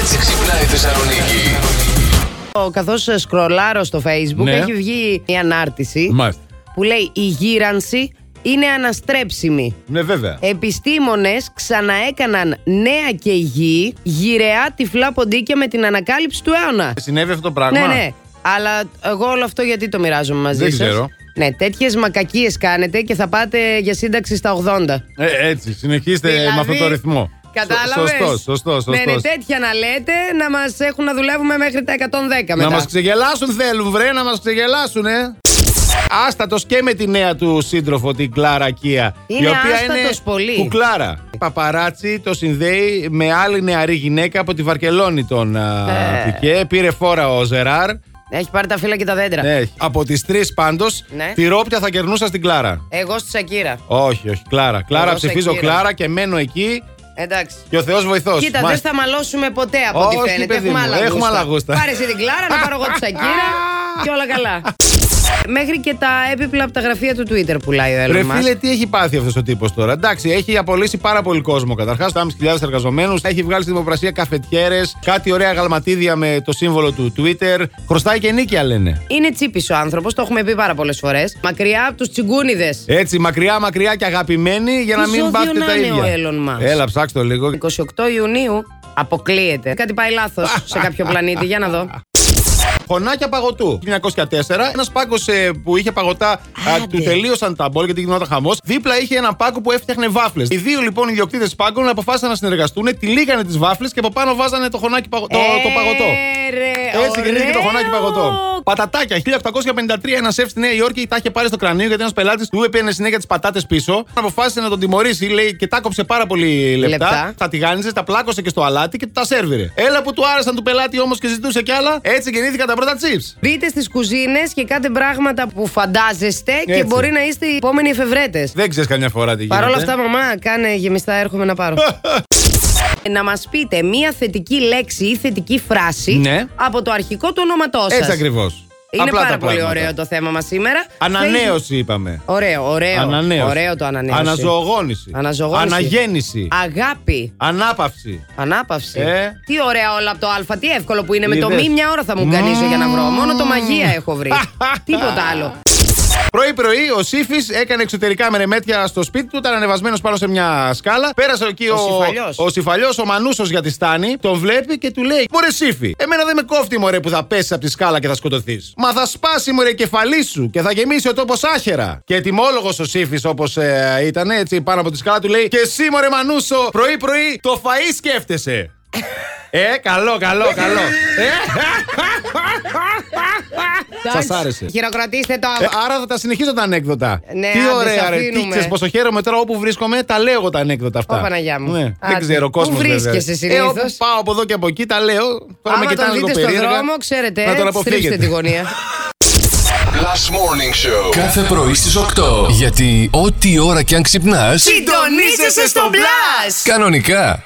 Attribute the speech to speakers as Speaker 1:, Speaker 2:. Speaker 1: έτσι ξυπνάει η Θεσσαλονίκη.
Speaker 2: Καθώ ε, σκρολάρω στο Facebook,
Speaker 3: Ναι.
Speaker 2: έχει βγει μια ανάρτηση
Speaker 3: Μάλιστα.
Speaker 2: που λέει Η γύρανση είναι αναστρέψιμη.
Speaker 3: Ναι, βέβαια.
Speaker 2: Ε, Επιστήμονες ξαναέκαναν νέα και γη γυραιά τυφλά ποντίκια με την ανακάλυψη του αιώνα.
Speaker 3: Ε, Συνέβη αυτό το πράγμα.
Speaker 2: Ναι, ναι. Αλλά εγώ όλο αυτό γιατί το μοιράζομαι μαζί
Speaker 3: Δεν
Speaker 2: σας.
Speaker 3: ξέρω.
Speaker 2: Ναι, τέτοιες μακακίες κάνετε και θα πάτε για σύνταξη στα 80.
Speaker 3: Ε, έτσι, συνεχίστε
Speaker 2: Δηλαδή,
Speaker 3: με αυτόν τον ρυθμό.
Speaker 2: Κατάλαβες.
Speaker 3: Σωστό, σωστό, σωστό.
Speaker 2: Ναι, ναι, τέτοια να λέτε να μας έχουν να δουλεύουμε μέχρι τα 110 μετά.
Speaker 3: Να μας ξεγελάσουν θέλουν, βρε, να μας ξεγελάσουν, ε. Άστατος και με τη νέα του σύντροφο, την Κλάρα Κία.
Speaker 2: Είναι
Speaker 3: η οποία
Speaker 2: άστατος
Speaker 3: είναι
Speaker 2: πολύ.
Speaker 3: κουκλάρα. Παπαράτσι το συνδέει με άλλη νεαρή γυναίκα από τη Βαρκελόνη τον α,
Speaker 2: Ε.
Speaker 3: Πικέ. Πήρε φόρα ο Ζεράρ.
Speaker 2: Έχει πάρει τα φύλλα και τα δέντρα.
Speaker 3: Ναι, από τις τρεις πάντως,
Speaker 2: Ναι.
Speaker 3: τη ρόπια θα κερνούσα στην Κλάρα.
Speaker 2: Εγώ στη Σακύρα.
Speaker 3: Όχι, όχι, Κλάρα. Κλάρα,
Speaker 2: Εγώ σε
Speaker 3: ψηφίζω
Speaker 2: κύρα.
Speaker 3: Κλάρα και μένω εκεί
Speaker 2: Εντάξει.
Speaker 3: και ο Θεός βοηθός.
Speaker 2: Κοίτα, δεν θα μαλώσουμε ποτέ από ό,τι
Speaker 3: Όχι,
Speaker 2: φαίνεται.
Speaker 3: παιδί
Speaker 2: Έχουμε
Speaker 3: μου,
Speaker 2: άλλα,
Speaker 3: έχουμε
Speaker 2: γούστα.
Speaker 3: άλλα γούστα.
Speaker 2: Πάρε εσύ την Κλάρα, να πάρω εγώ τη Σακύρα και όλα καλά. Μέχρι και τα έπιπλα από τα γραφεία του Twitter πουλάει ο
Speaker 3: Ρε
Speaker 2: Έλλον μας.
Speaker 3: φίλε, τι έχει πάθει αυτός ο τύπος τώρα. Εντάξει, έχει απολύσει πάρα πολύ κόσμο. Καταρχάς, 3.500 εργαζομένου. Έχει βγάλει στη δημοπρασία καφετιέρες, κάτι ωραία γαλματίδια με το σύμβολο του Twitter. Χρωστάει και νίκια λένε.
Speaker 2: Είναι τσίπης ο άνθρωπος, το έχουμε πει πάρα πολλές φορές. Μακριά από τους τσιγκούνιδες.
Speaker 3: Έτσι, μακριά, μακριά και αγαπημένοι για να
Speaker 2: Τι
Speaker 3: μην
Speaker 2: ζώδιο
Speaker 3: πάθετε
Speaker 2: να
Speaker 3: τα
Speaker 2: είναι ο
Speaker 3: ίδια.
Speaker 2: Elon Musk?
Speaker 3: Έλα, ψάξτε το λίγο.
Speaker 2: 28 Ιουνίου αποκλείεται. Κάτι πάει λάθος σε κάποιο πλανήτη, για να δω.
Speaker 3: Χωνάκια παγωτού. 1904, ένας πάγκος ε, που είχε παγωτά, α,
Speaker 2: Άντε.
Speaker 3: του τελείωσαν τα μπόλ γιατί γινόταν χαμός. Δίπλα είχε ένα πάγκο που έφτιαχνε βάφλες. Οι δύο λοιπόν ιδιοκτήτες πάγκων αποφάσισαν να συνεργαστούν, τυλίγανε τις βάφλες και από πάνω βάζανε το, χωνάκι παγω... το, το παγωτό.
Speaker 2: Ε, ρε,
Speaker 3: Έτσι γεννήθηκε το
Speaker 2: ωραίο.
Speaker 3: χωνάκι παγωτό. Πατατάκια. 1853 ένας σεφ στη Νέα Υόρκη τα είχε πάρει στο κρανίο γιατί ένας πελάτης του έπαιρνε συνέχεια τις πατάτες πίσω. Αποφάσισε να τον τιμωρήσει, λέει, και τα κόψε πάρα πολύ λεπτά.
Speaker 2: Λεπτά.
Speaker 3: Τα τηγάνιζε, τα πλάκωσε και στο αλάτι και του τα σερβιρε. Έλα που του άρεσαν του πελάτη όμως και ζητούσε κι άλλα. Έτσι γεννήθηκαν τα πρώτα chips.
Speaker 2: Μπείτε στις κουζίνες και κάντε πράγματα που φαντάζεστε και
Speaker 3: Έτσι.
Speaker 2: μπορεί να είστε οι επόμενοι εφευρέτες.
Speaker 3: Δεν ξέρεις καμιά φορά τι γίνεται.
Speaker 2: Παρ' όλα αυτά, μαμά, κάνε γεμιστά, έρχομαι να πάρω. να μας πείτε μία θετική λέξη ή θετική φράση
Speaker 3: Ναι.
Speaker 2: από το αρχικό του όνοματό σας.
Speaker 3: Έτσι ακριβώς.
Speaker 2: Είναι πάρα πολύ ωραίο το θέμα μας σήμερα. Facebook-
Speaker 3: Ανανέωση είπαμε.
Speaker 2: Ωραίο, ωραίο.
Speaker 3: Ανανέωση.
Speaker 2: Ωραίο το ανανέωση.
Speaker 3: Αναζωογόνηση.
Speaker 2: Αναζωογόνηση.
Speaker 3: Αναγέννηση.
Speaker 2: Αγάπη.
Speaker 3: Ανάπαυση.
Speaker 2: Ανάπαυση.
Speaker 3: Ε.
Speaker 2: Τι ωραία όλα από το Α, τι εύκολο που είναι. Με το
Speaker 3: Είδες.
Speaker 2: μη μια ώρα θα μου γκανίζω για να βρω. Μόνο το μαγεία έχω βρει. Τίποτα άλλο.
Speaker 3: Πρωί-πρωί ο Σύφης έκανε εξωτερικά μερεμέτια στο σπίτι του. Ήταν ανεβασμένος πάνω σε μια σκάλα. Πέρασε εκεί
Speaker 2: Ο
Speaker 3: ο,
Speaker 2: Συφαλιός.
Speaker 3: ο Συφαλιό, ο, Μανούσος για τη στάνη. Τον βλέπει και του λέει: Μωρέ Σύφη, εμένα δεν με κόφτει μωρέ που θα πέσεις από τη σκάλα και θα σκοτωθείς. Μα θα σπάσει μωρέ η κεφαλή σου και θα γεμίσει ο τόπος άχερα. Και ετοιμόλογος ο Σύφης όπως ε, ήταν έτσι πάνω από τη σκάλα του λέει: Και εσύ μωρέ Μανούσο, πρωί-πρωί το φα σκέφτεσαι. Ε, καλό, καλό, καλό. Ε,
Speaker 2: Εντάξει.
Speaker 3: Σας άρεσε.
Speaker 2: Χειροκροτήστε το.
Speaker 3: Ε, άρα θα τα συνεχίζω τα ανέκδοτα.
Speaker 2: Ναι,
Speaker 3: τι
Speaker 2: άντε, σε
Speaker 3: ωραία, ρε.
Speaker 2: αφήνουμε.
Speaker 3: Τι ξέρεις, πόσο χαίρομαι τώρα όπου βρίσκομαι, τα λέω εγώ τα ανέκδοτα αυτά.
Speaker 2: Ω, Παναγιά μου.
Speaker 3: Ναι,
Speaker 2: Άντε.
Speaker 3: δεν ξέρω, ο
Speaker 2: Πού
Speaker 3: κόσμος.
Speaker 2: βρίσκεσαι συνήθως?
Speaker 3: πάω από εδώ και από εκεί, τα λέω. Τώρα με
Speaker 2: Άμα
Speaker 3: κοιτάνε
Speaker 2: τον
Speaker 3: λίγο
Speaker 2: δείτε στον
Speaker 3: περίεργα.
Speaker 2: δρόμο, ξέρετε,
Speaker 3: Να τον
Speaker 2: ε, στρίψτε
Speaker 3: αποφύγετε.
Speaker 2: τη γωνία.
Speaker 1: Last Morning Show.
Speaker 4: Κάθε πρωί στις 8. Γιατί ό,τι ώρα κι αν ξυπνάς,
Speaker 2: Συντονίζεσαι στο μπλα!
Speaker 4: κανονικά.